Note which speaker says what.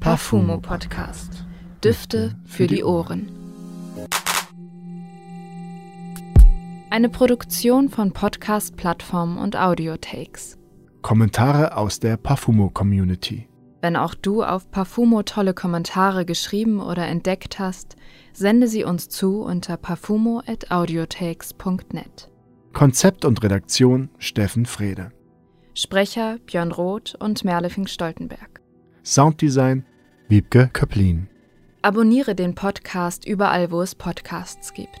Speaker 1: Parfumo Podcast. Düfte für die Ohren. Eine Produktion von Podcast-Plattformen und Audiotakes.
Speaker 2: Kommentare aus der Parfumo-Community.
Speaker 1: Wenn auch du auf Parfumo tolle Kommentare geschrieben oder entdeckt hast, sende sie uns zu unter parfumo.audiotakes.net.
Speaker 2: Konzept und Redaktion Steffen Frede.
Speaker 1: Sprecher Björn Roth und Merlefing Stoltenberg.
Speaker 2: Sounddesign Wiebke Köplin.
Speaker 1: Abonniere den Podcast überall, wo es Podcasts gibt.